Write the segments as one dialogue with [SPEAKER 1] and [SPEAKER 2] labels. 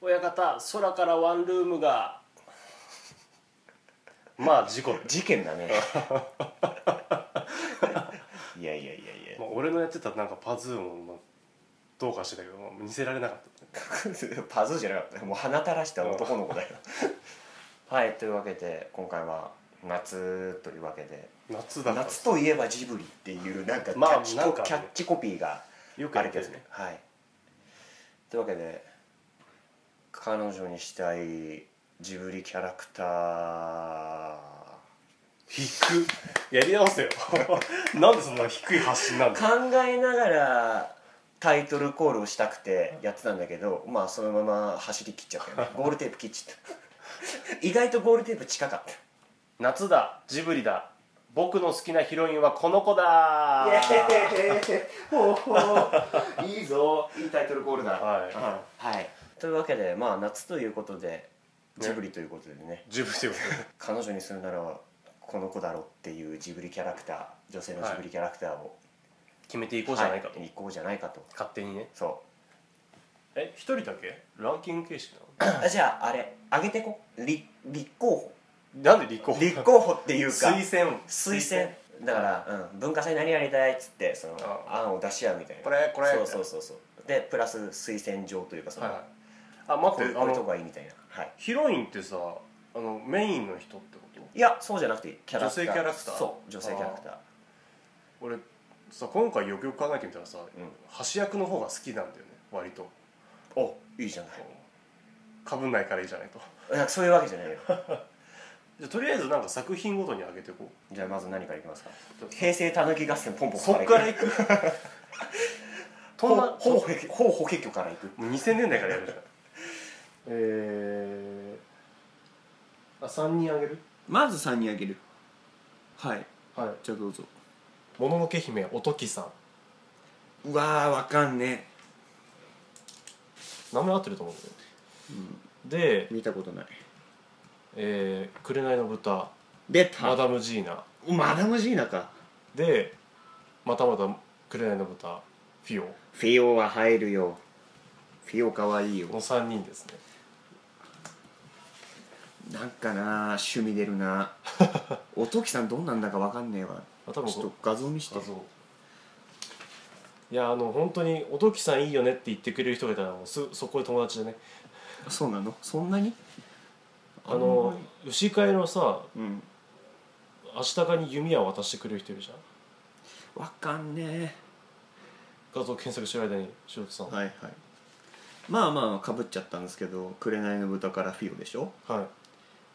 [SPEAKER 1] 親方空からワンルームがまあ事故
[SPEAKER 2] 事件だねいやいやいやいや
[SPEAKER 1] まあ俺のやってたなんかパズーもまあどうかしてたけど、まあ似せられなかった
[SPEAKER 2] パズーじゃなかったもう鼻垂らした男の子だよはいというわけで今回は夏というわけで
[SPEAKER 1] 夏だから
[SPEAKER 2] 夏といえばジブリっていうなんかキャ
[SPEAKER 1] まあ
[SPEAKER 2] ッチ,、
[SPEAKER 1] なんかね
[SPEAKER 2] キャッチコピーが
[SPEAKER 1] よく
[SPEAKER 2] あ
[SPEAKER 1] や
[SPEAKER 2] る
[SPEAKER 1] ってる
[SPEAKER 2] けど
[SPEAKER 1] ね
[SPEAKER 2] ねはいというわけで彼女にしたいジブリキャラクター
[SPEAKER 1] 低くやり直せよ なんでそんな低い発信なんだ
[SPEAKER 2] 考えながらタイトルコールをしたくてやってたんだけどまあそのまま走り切っちゃったよ ねゴールテープ切っちゃった意外とゴールテープ近かった
[SPEAKER 1] 夏だジブリだ僕の好きなヒロインはこの子だ
[SPEAKER 2] ほうほういいぞいいタイトルコールだ
[SPEAKER 1] はい
[SPEAKER 2] はい、というわけでまあ夏ということでジブリということでね
[SPEAKER 1] ジブリというこ
[SPEAKER 2] 彼女にするならこの子だろっていうジブリキャラクター女性のジブリキャラクターを、
[SPEAKER 1] と決めていこ
[SPEAKER 2] 行
[SPEAKER 1] うじゃないかと、
[SPEAKER 2] 行こうじゃないかと
[SPEAKER 1] 勝手にね
[SPEAKER 2] そ
[SPEAKER 1] え一人だけランキング形式
[SPEAKER 2] うあじゃああれ上げてこ立立候
[SPEAKER 1] なのなんで立候
[SPEAKER 2] 補
[SPEAKER 1] 補
[SPEAKER 2] 立候補っていうか
[SPEAKER 1] 推薦
[SPEAKER 2] 推薦だから、うん、文化祭何やりたいっつってその
[SPEAKER 1] あ
[SPEAKER 2] 案を出し合うみたいな
[SPEAKER 1] これこれ
[SPEAKER 2] そうそうそうそうでプラス推薦状というかその、
[SPEAKER 1] はいはいあ待
[SPEAKER 2] こ
[SPEAKER 1] っ
[SPEAKER 2] ういう
[SPEAKER 1] て
[SPEAKER 2] こ
[SPEAKER 1] あ
[SPEAKER 2] ういうとこ
[SPEAKER 1] の
[SPEAKER 2] がいいみたいな、はい、
[SPEAKER 1] ヒロインってさあのメインの人ってこと
[SPEAKER 2] いやそうじゃなくてキャラクター
[SPEAKER 1] 女性キャラクター
[SPEAKER 2] そう女性キャラクター
[SPEAKER 1] 俺さ今回よくよく考えてみたらさ、
[SPEAKER 2] ん
[SPEAKER 1] 橋役の方が好きなんだよね割と
[SPEAKER 2] おいいじゃない
[SPEAKER 1] かぶんないからいいじゃないと
[SPEAKER 2] なんかそういうわけじゃないよ
[SPEAKER 1] じゃあとりあえずなんか作品ごとに上げていこう
[SPEAKER 2] じゃあまず何からいきますか
[SPEAKER 1] ちょっと
[SPEAKER 2] 平成たぬき合戦ポンポン
[SPEAKER 1] そっからいく
[SPEAKER 2] ほ
[SPEAKER 1] とんな
[SPEAKER 2] ほうほけほうほけきょからいく
[SPEAKER 1] もう2000年代からやるじゃんえー、あ3人あげる
[SPEAKER 3] まず3人あげるはい
[SPEAKER 1] はい
[SPEAKER 3] じゃあどうぞ
[SPEAKER 1] 「もののけ姫おときさん
[SPEAKER 3] うわーわかんね」
[SPEAKER 1] 名前合ってると思うんだよ、で
[SPEAKER 3] 見たことない
[SPEAKER 1] えー「紅の豚」
[SPEAKER 3] ベ
[SPEAKER 1] 「
[SPEAKER 3] タ
[SPEAKER 1] マダムジーナ
[SPEAKER 3] マダムジーナか」
[SPEAKER 1] でまたまた「紅の豚」「フィオ
[SPEAKER 3] フィオは入るよフィオかわいい」よ
[SPEAKER 1] の3人ですね
[SPEAKER 3] なんかな趣味出る なおときさんどんなんだかわかんねえわ
[SPEAKER 1] あ
[SPEAKER 3] ち
[SPEAKER 1] 多
[SPEAKER 3] ょっ
[SPEAKER 1] 分
[SPEAKER 3] と画像見して
[SPEAKER 1] あそういやあの本当に「おときさんいいよね」って言ってくれる人がいたらもうすそこで友達でね
[SPEAKER 3] そうなのそんなに
[SPEAKER 1] あの牛飼いのさ
[SPEAKER 3] うん
[SPEAKER 1] 足高に弓矢を渡してくれる人いるじゃん
[SPEAKER 3] わかんね
[SPEAKER 1] 画像検索してる間に塩田さん
[SPEAKER 3] え
[SPEAKER 1] はい、
[SPEAKER 3] はいはいまあまあかぶっちゃったんですけど「紅の豚」からフィオでしょ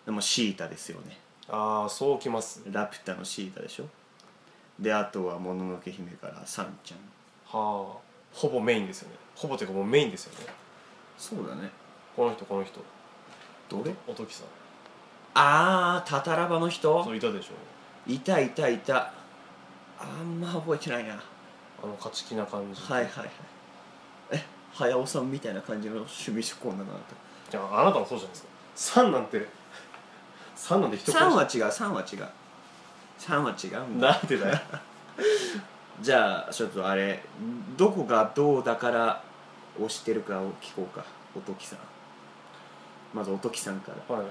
[SPEAKER 3] でもシータですよね
[SPEAKER 1] ああそうきます
[SPEAKER 3] ラピュタのシータでしょであとは「もののけ姫」からサンちゃん
[SPEAKER 1] はあほぼメインですよねほぼというかもうメインですよね
[SPEAKER 3] そうだね
[SPEAKER 1] この人この人
[SPEAKER 3] どれ
[SPEAKER 1] おときさん
[SPEAKER 3] ああタタラバの
[SPEAKER 1] そ
[SPEAKER 3] 人
[SPEAKER 1] ういたでしょ
[SPEAKER 3] いたいたいたあんま覚えてないな
[SPEAKER 1] あの勝ち気な感じ
[SPEAKER 3] はいはいはいえ早尾さんみたいな感じの趣味嗜好なのだ
[SPEAKER 1] じゃああなたもそうじゃないですかサンなんてサンなんて一
[SPEAKER 3] と
[SPEAKER 1] 言
[SPEAKER 3] 3は違う3は違う3は違うんだ
[SPEAKER 1] なんでだよ
[SPEAKER 3] じゃあちょっとあれどこがどうだから押してるかを聞こうかおときさんまずおときさんから
[SPEAKER 1] はい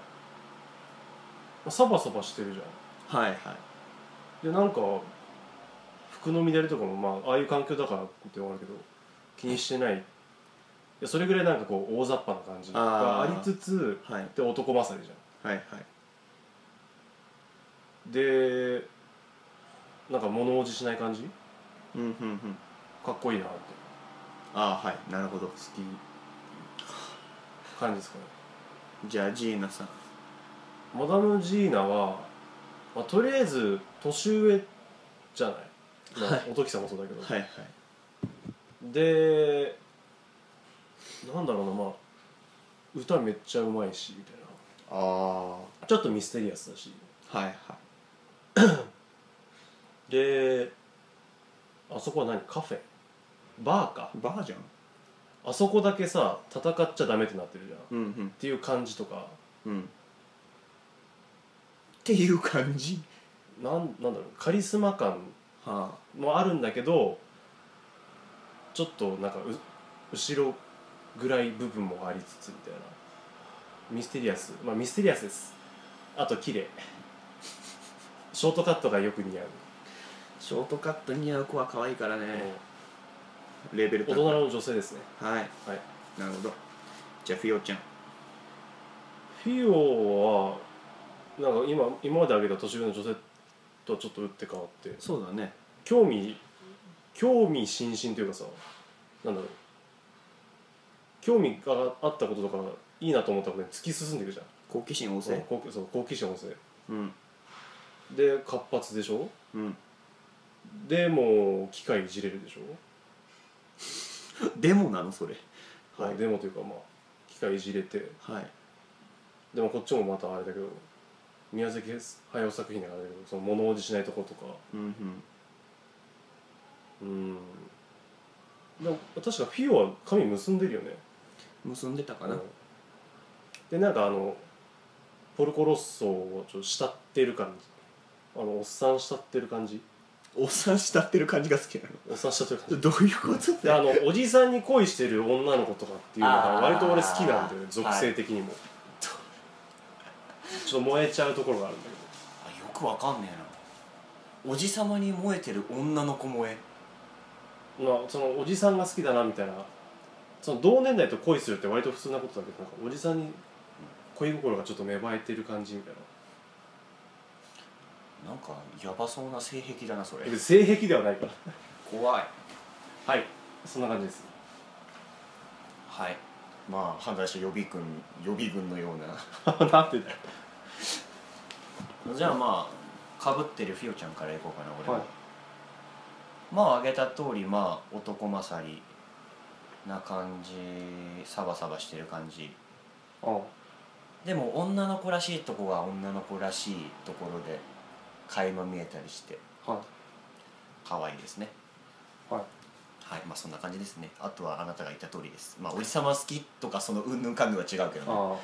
[SPEAKER 1] サバサバしてるじゃん
[SPEAKER 3] はいはい
[SPEAKER 1] でなんか服の乱れとかもまあああいう環境だからってわかるけど気にしてないいやそれぐらいなんかこう大雑把な感じ
[SPEAKER 3] あー
[SPEAKER 1] がありつつ
[SPEAKER 3] はい
[SPEAKER 1] で男勝りじゃ
[SPEAKER 3] はいはい
[SPEAKER 1] んでなんか物おじしない感じ
[SPEAKER 3] うんうんうん
[SPEAKER 1] かっこいいなって
[SPEAKER 3] ああはいなるほど好
[SPEAKER 1] 感じですかね
[SPEAKER 3] きじゃあジーナさん
[SPEAKER 1] マダム・ジーナは、まあ、とりあえず年上じゃない、まあ
[SPEAKER 3] はい
[SPEAKER 1] おときさんもそうだけど、
[SPEAKER 3] はいはい
[SPEAKER 1] でなんだろうなまあ歌めっちゃうまいしみたいな
[SPEAKER 3] ああは
[SPEAKER 1] ちょっとミステリアスだし
[SPEAKER 3] いはい
[SPEAKER 1] であそこは何カフェバーか
[SPEAKER 3] バージョン
[SPEAKER 1] あそこだけさ戦っちゃダメってなってるじゃんっ
[SPEAKER 3] うん
[SPEAKER 1] ていう感じとか
[SPEAKER 3] うんうんっていう感じ
[SPEAKER 1] なんなんだろうカリスマ感
[SPEAKER 3] は
[SPEAKER 1] もあるんだけどちょっとなんかう後ろぐらい部分もありつつみたいなミステリアスまあミステリアスですあと綺麗ショートカットがよく似合う、
[SPEAKER 3] あ、ショートカット似合う子は可愛いからねレベル
[SPEAKER 1] 大
[SPEAKER 3] 高い
[SPEAKER 1] 人の女性ですね
[SPEAKER 3] はい
[SPEAKER 1] はい
[SPEAKER 3] なるほどじゃあフィオちゃん
[SPEAKER 1] フィオはなんか今今まで挙げた年上の女性とはちょっと打って変わって
[SPEAKER 3] そうだね
[SPEAKER 1] 興味興味津々というかさなんだろう興味があったこととかいいなと思ったことに突き進んでいくじゃん
[SPEAKER 3] 好奇心旺
[SPEAKER 1] そう
[SPEAKER 3] 盛
[SPEAKER 1] 好奇そう好奇心旺盛
[SPEAKER 3] うん
[SPEAKER 1] で活発でしょ
[SPEAKER 3] うん
[SPEAKER 1] でも機械いじれるでしょ、
[SPEAKER 3] でもなのそれ
[SPEAKER 1] ま
[SPEAKER 3] は
[SPEAKER 1] あ
[SPEAKER 3] い
[SPEAKER 1] でもというかまあ機械いじれて
[SPEAKER 3] はい
[SPEAKER 1] でもこっちもまたあれだけど宮崎駿作品だからあれだけどその物おじしないとことか
[SPEAKER 3] うんうん
[SPEAKER 1] うんでも確かフィオは髪結んでるよね
[SPEAKER 3] 結んでたかな、
[SPEAKER 1] うんでなんかあのポルコロッソをちょっと慕ってる感じあのおっさん慕ってる感じ
[SPEAKER 3] おっさん慕ってる感じが好きな
[SPEAKER 1] おっさん慕ってる感
[SPEAKER 3] のどういうこと
[SPEAKER 1] じであのおじさんに恋してる女の子とかっていうのが
[SPEAKER 2] あー
[SPEAKER 1] 割と俺好きなんだよね属
[SPEAKER 2] は
[SPEAKER 1] 性
[SPEAKER 2] い
[SPEAKER 1] 的にも、ちょっと燃えちゃうところがあるんだけ
[SPEAKER 2] あよくわかんねえなおじさまに燃えてる女の子萌え
[SPEAKER 1] ど、まあ、そのおじさんが好きだなみたいなその同年代と恋するって割と普通なことだけどなんかおじさんに恋心がちょっと芽生えてる感じみたいな
[SPEAKER 2] なんかやばそうな性癖だなそれ
[SPEAKER 1] え別に性癖ではないから
[SPEAKER 2] 怖い
[SPEAKER 1] はいそんな感じ です
[SPEAKER 2] はいまあ犯罪者予備軍予備軍のような
[SPEAKER 1] なんてだよ
[SPEAKER 2] じゃあまあかぶってるフィオちゃんからいこうかな俺は、
[SPEAKER 1] はい
[SPEAKER 2] まあ挙げた通りまあ男勝りな感じサバサバしてる感じ
[SPEAKER 1] あ
[SPEAKER 2] でも女の子らしいとこが女の子らしいところで垣間見えたりして
[SPEAKER 1] あはい
[SPEAKER 2] 可愛いですね
[SPEAKER 1] はい
[SPEAKER 2] はいまあそんな感じですねあとはあなたが言った通りですまあおじさま好きとかそのうんぬんかんぬんは違うけどね
[SPEAKER 1] あ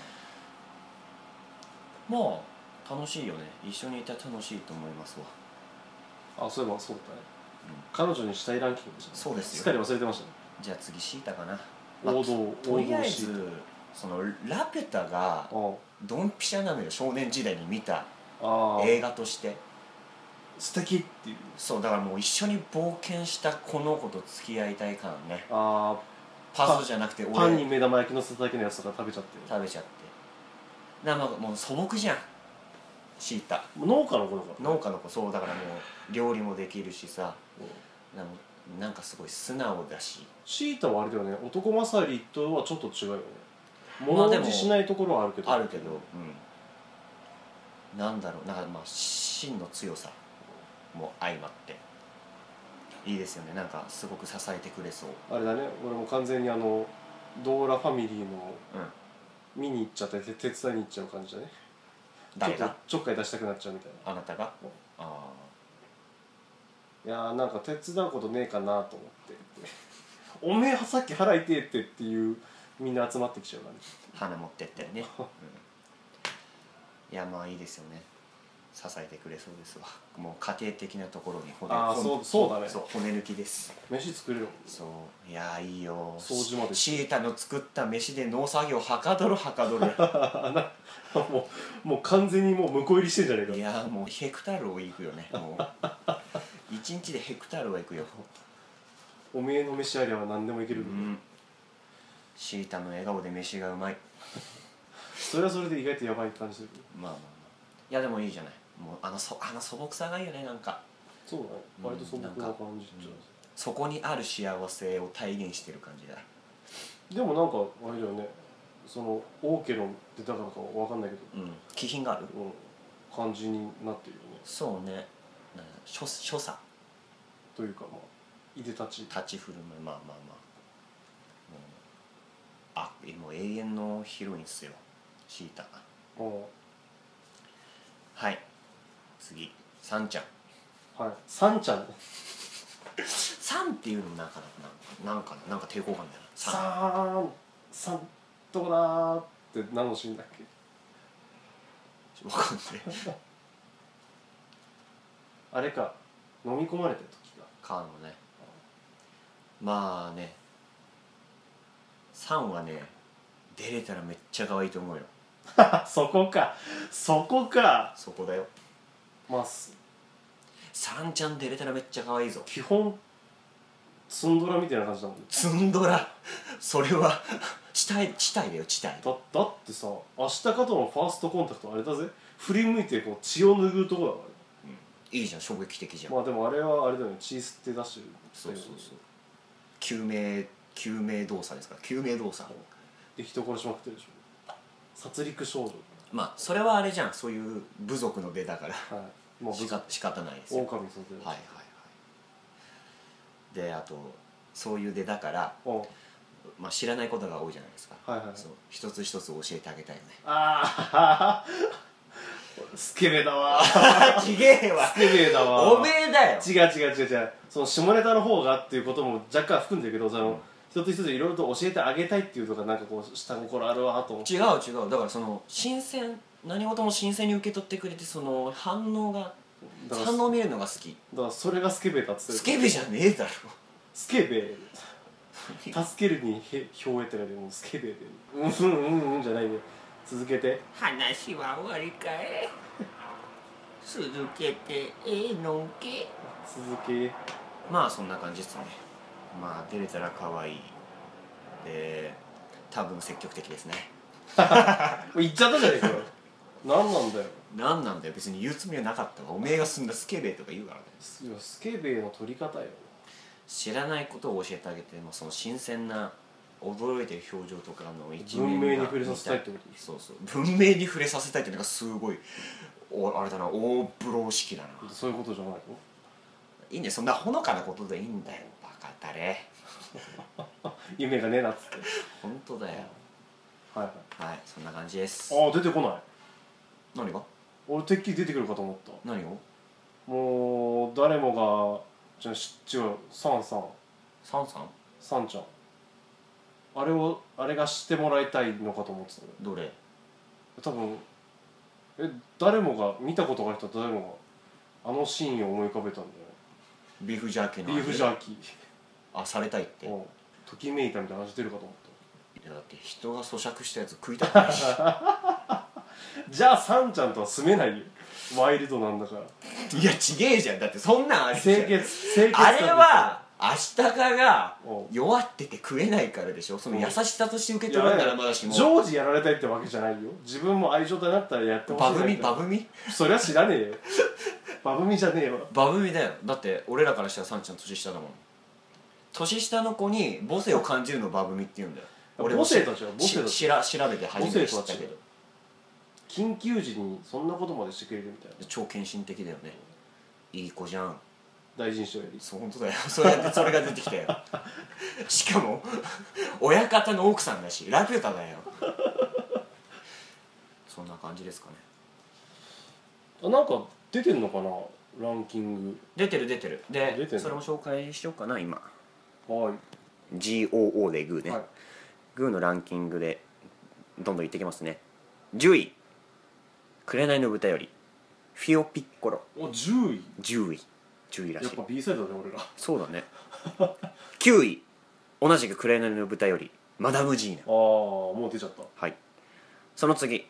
[SPEAKER 2] まあ楽しいよね一緒にいたら楽しいと思いますわ
[SPEAKER 1] ああそういえばそうだったね、彼女にしたいランキングでしたね
[SPEAKER 2] そうですよ
[SPEAKER 1] すっかり忘れてましたね
[SPEAKER 2] じゃあ次シータかな、まあ
[SPEAKER 1] 王道
[SPEAKER 2] と
[SPEAKER 1] 王
[SPEAKER 2] りあ
[SPEAKER 1] 道
[SPEAKER 2] え
[SPEAKER 1] シー
[SPEAKER 2] ずそのラピュタが
[SPEAKER 1] ト
[SPEAKER 2] ドンピシャなのよ少年時代に見た
[SPEAKER 1] ああああ
[SPEAKER 2] 映画として
[SPEAKER 1] 素敵っていう
[SPEAKER 2] そうだからもう一緒に冒険したこの子と付き合いたい感ね
[SPEAKER 1] あ
[SPEAKER 2] パズルじゃなくて
[SPEAKER 1] あパンに
[SPEAKER 2] 俺
[SPEAKER 1] 目玉焼きのせただけのやつとか食べちゃって
[SPEAKER 2] 食べちゃってだからまあもう素朴じゃんシータ
[SPEAKER 1] 農家の子だから
[SPEAKER 2] 農家の子そうだからもう料理もできるしさなんかなんかすごい素直だし
[SPEAKER 1] シータはあれだよね男勝りとはちょっと違うよね
[SPEAKER 2] ま
[SPEAKER 1] 物
[SPEAKER 2] あで
[SPEAKER 1] お
[SPEAKER 2] も
[SPEAKER 1] じしないところはあるけど
[SPEAKER 2] あるけど、うん、なんだろうなんかまあ真の強さも相まっていいですよねなんかすごく支えてくれそう、
[SPEAKER 1] あれだね俺も完全にあのドーラファミリーの
[SPEAKER 2] うん、
[SPEAKER 1] 見に行っちゃってて手伝いに行っちゃう感じだね
[SPEAKER 2] 誰
[SPEAKER 1] ちょっ
[SPEAKER 2] が
[SPEAKER 1] とちょっかい出したくなっちゃうみたいな
[SPEAKER 2] あなたが
[SPEAKER 1] うん
[SPEAKER 2] あ
[SPEAKER 1] いやーなんか手伝うことねえかなと思って「おめえさっき払いてえって」っていうみんな集まってきちゃう感じ
[SPEAKER 2] ー花持ってったよね、うん、いやまあいいですよね支えてくれそうですわもう家庭的なところに骨
[SPEAKER 1] あー
[SPEAKER 2] ほん
[SPEAKER 1] そうそうだね
[SPEAKER 2] そう骨抜きです
[SPEAKER 1] 飯作れる
[SPEAKER 2] そういやーいいよ
[SPEAKER 1] 掃除まで
[SPEAKER 2] シータの作った飯で農作業はかどるはかどる
[SPEAKER 1] もんもうもう完全にもう向こう入りしてんじゃね
[SPEAKER 2] い
[SPEAKER 1] え
[SPEAKER 2] やーもうヘクタールを行くよね もう一日でヘクタールは行くよ、
[SPEAKER 1] かおめえの飯ありゃ何でもいける、
[SPEAKER 2] うん、シータの笑顔で飯がうまい
[SPEAKER 1] それはそれで意外とやばい感じする
[SPEAKER 2] まあまあまあいやでもいいじゃないもうあのそあの素朴さがいいよねなんか
[SPEAKER 1] そうだね
[SPEAKER 2] うん
[SPEAKER 1] 割とそんな感
[SPEAKER 2] なんか
[SPEAKER 1] じっちゃう
[SPEAKER 2] そこにある幸せを体現してる感じだ
[SPEAKER 1] でもなんかあれだよねそのオーケロン出たからかわかんないけ
[SPEAKER 2] うん気品がある
[SPEAKER 1] ど、うん、感じになってるよね
[SPEAKER 2] そうねなんか所所作
[SPEAKER 1] というかまあいでたち
[SPEAKER 2] 立ち振る舞いまあまあまあもうあもう永遠のヒロインっすよシータ
[SPEAKER 1] あ
[SPEAKER 2] はい次サンちゃん
[SPEAKER 1] あはいサンちゃんね
[SPEAKER 2] サンっていうのもなんかななんかなんか抵抗感だよな
[SPEAKER 1] さ
[SPEAKER 2] サン
[SPEAKER 1] ーんさんどこだーって何のシーンだっけ
[SPEAKER 2] わかんない
[SPEAKER 1] あれか飲み込まれた時か
[SPEAKER 2] カーのねまあね3はね出れたらめっちゃ可愛いと思うよ
[SPEAKER 1] あそこかそこか
[SPEAKER 2] そこだよ
[SPEAKER 1] まあす
[SPEAKER 2] 3ちゃん出れたらめっちゃ可愛いぞ
[SPEAKER 1] 基本ツンドラみたいな感じだもんね
[SPEAKER 2] ツンドラそれは地帯地帯だよ地帯
[SPEAKER 1] だだってさ明日かとのファーストコンタクトあれだぜ振り向いてこう血を拭うとこだからね
[SPEAKER 2] いいじゃん衝撃的じゃん、
[SPEAKER 1] まあでもあれはあれだよね血吸って出してる
[SPEAKER 2] そうそうそう救命救命動作ですから救命動作
[SPEAKER 1] で人殺しまくってるでしょ殺戮少女
[SPEAKER 2] まあそれはあれじゃんそういう部族の出だから
[SPEAKER 1] はいもう
[SPEAKER 2] しか仕方ないですよ
[SPEAKER 1] 狼
[SPEAKER 2] はい
[SPEAKER 1] 育てる
[SPEAKER 2] はいはいであとそういう出だから、
[SPEAKER 1] おう
[SPEAKER 2] まあ、知らないことが多いじゃないですか、
[SPEAKER 1] はいはいはい
[SPEAKER 2] そう一つ一つ教えてあげたい よね
[SPEAKER 1] ああスケベだわス
[SPEAKER 2] あちげえわ
[SPEAKER 1] ケベだわ
[SPEAKER 2] おめえだよ
[SPEAKER 1] 違う違う違う違うその下ネタの方がっていうことも若干含んでるけどその、一つ一ついろいろと教えてあげたいっていうのがなんかこう下心あるわと思って
[SPEAKER 2] 違う違うだからその新鮮何事も新鮮に受け取ってくれてその反応が
[SPEAKER 1] だから
[SPEAKER 2] 反応を見るのが好き
[SPEAKER 1] だからそれがスケベだっつってる
[SPEAKER 2] スケベじゃねえだろ
[SPEAKER 1] スケベ助けるにへ表得ってないでもうスケベでうんうんうんうんじゃないね続けて
[SPEAKER 4] 話は終わりかい続けてええのんけ
[SPEAKER 1] 続け
[SPEAKER 2] まあそんな感じですねまあ出れたら可愛いで多分積極的ですね
[SPEAKER 1] もう言っちゃったじゃねえかよ何なんだよ
[SPEAKER 2] なんなんだよ別に言うつもりはなかったわおめえがすんだスケベとか言うからね
[SPEAKER 1] すいやスケベの取り方よ
[SPEAKER 2] 知らないことを教えてあげてもその新鮮な驚いてる表情とかの一面
[SPEAKER 1] 文明に
[SPEAKER 2] が
[SPEAKER 1] 触れさせたいってこと
[SPEAKER 2] そうそう文明に触れさせたいっていうのがすごいおあれだな大風呂式だな
[SPEAKER 1] そういうことじゃないの
[SPEAKER 2] いいんだよそんなほのかなことでいいんだよバカだれ
[SPEAKER 1] 夢がねえなっつって
[SPEAKER 2] 本当だよ
[SPEAKER 1] はいはい
[SPEAKER 2] はいそんな感じです
[SPEAKER 1] ああ出てこない
[SPEAKER 2] 何が
[SPEAKER 1] 俺てっきり出てくるかと思った
[SPEAKER 2] 何を
[SPEAKER 1] もう誰もがじゃあし違うサンさん
[SPEAKER 2] サンさん
[SPEAKER 1] サンちゃんあれをあれが知ってもらいたいのかと思ってたのよ
[SPEAKER 2] どれ
[SPEAKER 1] 多分え誰もが見たことがある人は誰もがあのシーンを思い浮かべたんだ
[SPEAKER 2] ビーフジャーキーの
[SPEAKER 1] よねビーフジャ
[SPEAKER 2] ー
[SPEAKER 1] ーキ
[SPEAKER 2] あされたいって
[SPEAKER 1] ー
[SPEAKER 2] い
[SPEAKER 1] うんときめいたみたいな話出るかと思っ
[SPEAKER 2] やだって人が咀嚼したやつ食いたく ないし
[SPEAKER 1] たじゃあサンちゃんとは住めないよワイルドなんだから
[SPEAKER 2] いやちげえじゃんだってそんなんあれじゃん
[SPEAKER 1] 清潔清潔
[SPEAKER 2] あ
[SPEAKER 1] 感で
[SPEAKER 2] れは明日かが
[SPEAKER 1] おう
[SPEAKER 2] 弱ってて食えないからでしょその優しさとして受け
[SPEAKER 1] い
[SPEAKER 2] 取
[SPEAKER 1] や
[SPEAKER 2] るならまだしも
[SPEAKER 1] 常時やられたいってわけじゃないよ自分も愛情だなったらやってほしい
[SPEAKER 2] バ
[SPEAKER 1] な
[SPEAKER 2] ブミ
[SPEAKER 1] みたい
[SPEAKER 2] バ
[SPEAKER 1] な
[SPEAKER 2] ブミ
[SPEAKER 1] そりゃ知らねえよバブミじゃねえわ
[SPEAKER 2] バブミだよだって俺らからしたらサンちゃん年下だもん年下の子に母性を感じるのをバブミって言うんだよ俺も
[SPEAKER 1] 母性とは違う母性
[SPEAKER 2] し
[SPEAKER 1] とは違う
[SPEAKER 2] しら調べて初めて知
[SPEAKER 1] 母
[SPEAKER 2] っ
[SPEAKER 1] 性と
[SPEAKER 2] た
[SPEAKER 1] は
[SPEAKER 2] け
[SPEAKER 1] 違
[SPEAKER 2] ど
[SPEAKER 1] う緊急時にそんなことまでしてくれるみたいな
[SPEAKER 2] 超献身的だよねいい子じゃん
[SPEAKER 1] 大事にしようより
[SPEAKER 2] そう本当だよ それそれが出てきたよ しかも親方の奥さんだしラピュタだよそんな感じですかね
[SPEAKER 1] あなんか出てんのかなランキン
[SPEAKER 2] 出てる出てるで
[SPEAKER 1] 出てる
[SPEAKER 2] それも紹介しようかな今
[SPEAKER 1] グはい
[SPEAKER 2] GOO でグーね、
[SPEAKER 1] はい
[SPEAKER 2] グーのランキングでどんどんいってきますね10位「紅の豚より」フィオピッコロ
[SPEAKER 1] お10位
[SPEAKER 2] 10位10位らし
[SPEAKER 1] やっ
[SPEAKER 2] い
[SPEAKER 1] ぱ B サイドだね俺らあ
[SPEAKER 2] そうだね9位同じく「紅の豚より」マダムジーナ
[SPEAKER 1] あもう出ちゃった
[SPEAKER 2] はいその次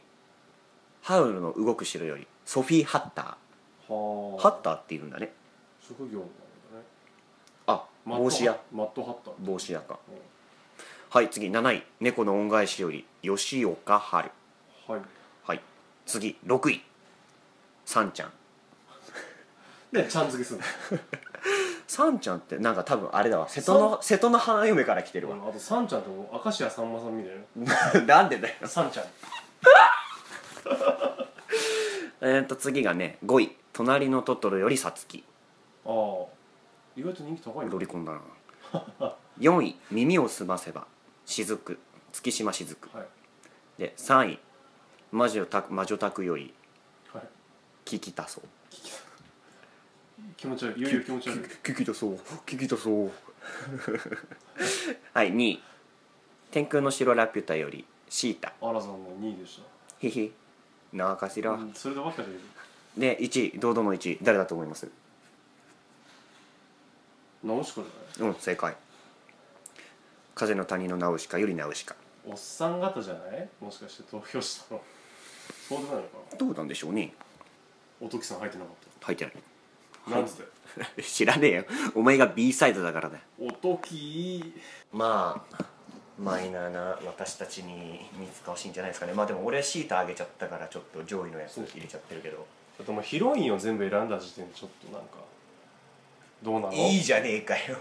[SPEAKER 2] ハウルの動く城よりソフィー・ハッタ
[SPEAKER 1] は
[SPEAKER 2] ー
[SPEAKER 1] あ
[SPEAKER 2] ハッターっていうんだね
[SPEAKER 1] 職業なんだね
[SPEAKER 2] あ
[SPEAKER 1] マット
[SPEAKER 2] 帽子屋
[SPEAKER 1] マットハッター
[SPEAKER 2] 帽子屋か
[SPEAKER 1] うん
[SPEAKER 2] はい次7位猫の恩返しより吉岡春
[SPEAKER 1] はい
[SPEAKER 2] はい次6位さんちゃん
[SPEAKER 1] でちゃん付けする
[SPEAKER 2] さんちゃんってなんか多分あれだわ瀬戸の瀬戸の花嫁から来てるわ
[SPEAKER 1] のあとサンちゃんとも明石家さんまさんみたい
[SPEAKER 2] なんでだよ
[SPEAKER 1] なサンちゃん
[SPEAKER 2] えっと次がね5位「隣のトトロよりさつき
[SPEAKER 1] ああ意外と人気高い」んだ
[SPEAKER 2] ロリコンだな 4位「耳をすませば」「しずく」「月島しずく
[SPEAKER 1] はい」
[SPEAKER 2] で3位「魔女た魔女宅より
[SPEAKER 1] はい
[SPEAKER 2] 聞きたそう」
[SPEAKER 1] 気持ち悪いいよいよ気持ち悪い
[SPEAKER 2] 聞きたそう聞きたそう はい2位「天空の城ラピュタ」より「シータ
[SPEAKER 1] アラさんの2位でし」
[SPEAKER 2] ヒヒなあかしら、
[SPEAKER 1] た、うん、それでばっかじゃない
[SPEAKER 2] で1位堂々の1位誰だと思います
[SPEAKER 1] ナオシカじ
[SPEAKER 2] うん正解風の谷のナウシカよりナウシカ
[SPEAKER 1] ゃないおっさん方じゃないもしかして投票したのそうでないのかな
[SPEAKER 2] どうなんでしょうね
[SPEAKER 1] おときさん入ってなかっ
[SPEAKER 2] 入ってない
[SPEAKER 1] たなんつって
[SPEAKER 2] 知らねえよお前が B サイドだからだよ
[SPEAKER 1] おとき
[SPEAKER 2] まあマイナーな私たちに見つかほしいんじゃないですかねまあでも俺はシータあげちゃったからちょっと上位のやつ入れちゃってるけど
[SPEAKER 1] あともうヒロインを全部選んだ時点でちょっとなんかどうなの
[SPEAKER 2] いいじゃねえかよ好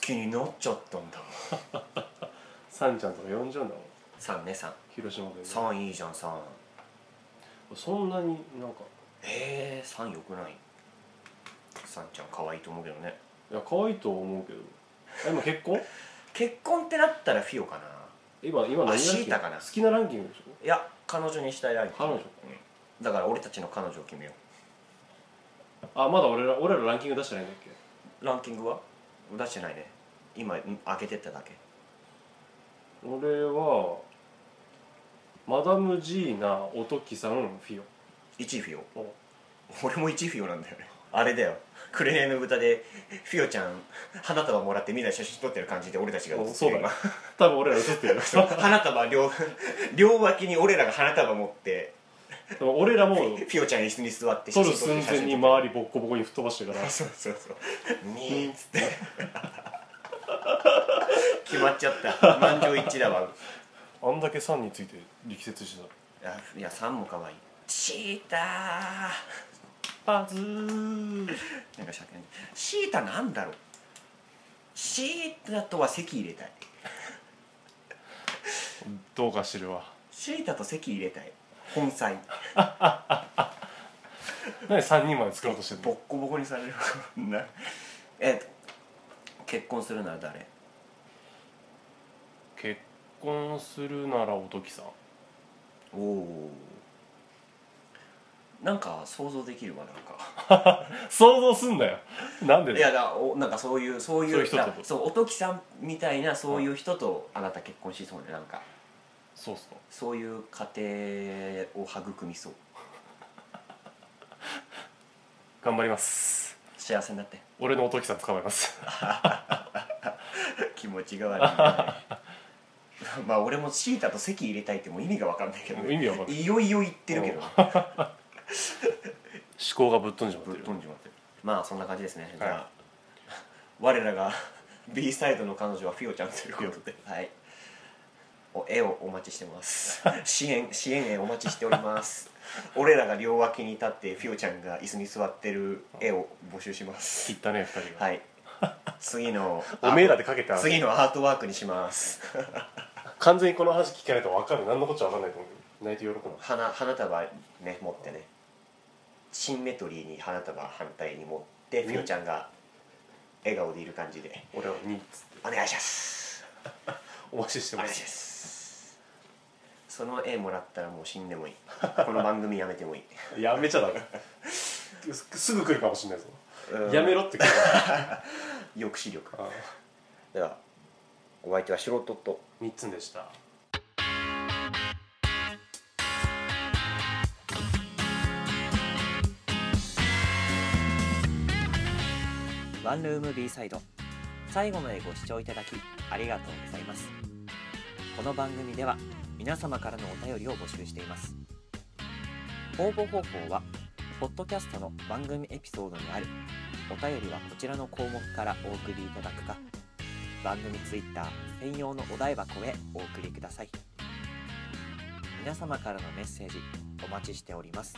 [SPEAKER 2] きになっちゃったんだもん
[SPEAKER 1] サンちゃんとか呼んじゃうんだもん
[SPEAKER 2] 3ね3
[SPEAKER 1] 広島で、ね、
[SPEAKER 2] 3いいじゃん3
[SPEAKER 1] そんなになんか
[SPEAKER 2] えー、3よくない3ちゃん可愛いと思うけどね
[SPEAKER 1] いや可愛いとは思うけどえ今結 婚
[SPEAKER 2] 結婚ってなったらフィオかな
[SPEAKER 1] 今今何ランキ
[SPEAKER 2] シ
[SPEAKER 1] ン
[SPEAKER 2] ー
[SPEAKER 1] グ
[SPEAKER 2] タかな
[SPEAKER 1] 好きなランキングでしょ
[SPEAKER 2] いや彼女にしたいライ
[SPEAKER 1] 彼女
[SPEAKER 2] だから俺たちの彼女を決めよ
[SPEAKER 1] あまだ俺ら俺らランキング出してないんだっけ
[SPEAKER 2] うランキングは出してないね今ん開けてっただけ
[SPEAKER 1] 俺はマダムジーナおときさんフィ
[SPEAKER 2] 1位フィオ
[SPEAKER 1] オお
[SPEAKER 2] 俺も1位フィオなんだよねあれだよ「紅の豚」でフィオちゃん花束もらってみんなで写真撮ってる感じで俺たちが
[SPEAKER 1] お
[SPEAKER 2] 写って
[SPEAKER 1] そう
[SPEAKER 2] る
[SPEAKER 1] だよ
[SPEAKER 2] 今
[SPEAKER 1] 多分俺ら映って るよ
[SPEAKER 2] 花束両両脇に俺らが花束持って
[SPEAKER 1] でも俺ら も
[SPEAKER 2] フィオちゃん椅子に座って
[SPEAKER 1] 撮る寸前に
[SPEAKER 2] 回
[SPEAKER 1] 周りボッコボコに吹っ飛ばしてるから
[SPEAKER 2] そうそうそうにーっつって 決まっちゃった満場一致だわ
[SPEAKER 1] あんだけさんについて力説してた
[SPEAKER 2] あいや3も可愛いシーター
[SPEAKER 1] パズー
[SPEAKER 2] なんか叫んでシータなんだろうシータとは席入れたい
[SPEAKER 1] どうかしてるわ
[SPEAKER 2] シータと席入れたい本妻
[SPEAKER 1] 何3人まで作ろうとしてん
[SPEAKER 2] ボッ
[SPEAKER 1] の
[SPEAKER 2] コボコにされるなえ結婚するなら誰
[SPEAKER 1] 結婚するならおときさん
[SPEAKER 2] おおなんか想像できるわなんか
[SPEAKER 1] 想像すんなよなんで
[SPEAKER 2] い
[SPEAKER 1] だよ
[SPEAKER 2] やだおなんかそういうそういう
[SPEAKER 1] そういう人と
[SPEAKER 2] なそうおときさんみたいなそういう人とあなた結婚しそうねなんか
[SPEAKER 1] そうっすか
[SPEAKER 2] そういう家庭を育みそう
[SPEAKER 1] 頑張ります
[SPEAKER 2] 幸せになって
[SPEAKER 1] 俺のおときさん捕まえます
[SPEAKER 2] 気持ちが悪いな まあ俺もシータと席入れたいってもう意味が分かんないけど、
[SPEAKER 1] 意味わかんない
[SPEAKER 2] いよいよ言ってるけど
[SPEAKER 1] 思考がぶっ飛んじゃって
[SPEAKER 2] ぶっ
[SPEAKER 1] る
[SPEAKER 2] 飛んじまってるまあそんな感じですね、じ
[SPEAKER 1] は
[SPEAKER 2] ゃあ我らが B サイドの彼女はフィオちゃんということではいお絵をお待ちしてます 支援支援絵お待ちしております俺らが両脇に立ってフィオちゃんが椅子に座ってる絵を募集します
[SPEAKER 1] 切ったね二人が、
[SPEAKER 2] はい次の
[SPEAKER 1] おめえらでかけた
[SPEAKER 2] 次のアートワークにします
[SPEAKER 1] 完全にこの話聞かないと分かる何のこっちゃ分かんないと思う泣いて喜ぶの
[SPEAKER 2] 花花束ね持ってねシンメトリーに花束反対に持ってフィオちゃんが笑顔でいる感じで
[SPEAKER 1] 俺は2っつって
[SPEAKER 2] お願いします
[SPEAKER 1] お待ちして
[SPEAKER 2] お願
[SPEAKER 1] ま
[SPEAKER 2] いし
[SPEAKER 1] す
[SPEAKER 2] ますその絵もらったらもう死んでもいいこの番組やめて もいい
[SPEAKER 1] やめちゃダメすすぐ来るかもしんないぞ
[SPEAKER 2] うん
[SPEAKER 1] やめろ って来る
[SPEAKER 2] 抑止力
[SPEAKER 1] あ
[SPEAKER 2] ではお相手は素人と
[SPEAKER 1] 3つんでした
[SPEAKER 5] ワンルーム B サイド最後までご視聴いただきありがとうございますこの番組では皆様からのお便りを募集しています応募方法はポッドキャストの番組エピソードにあるお便りはこちらの項目からお送りいただくか番組ツイッター専用のお台箱へお送りください皆様からのメッセージお待ちしております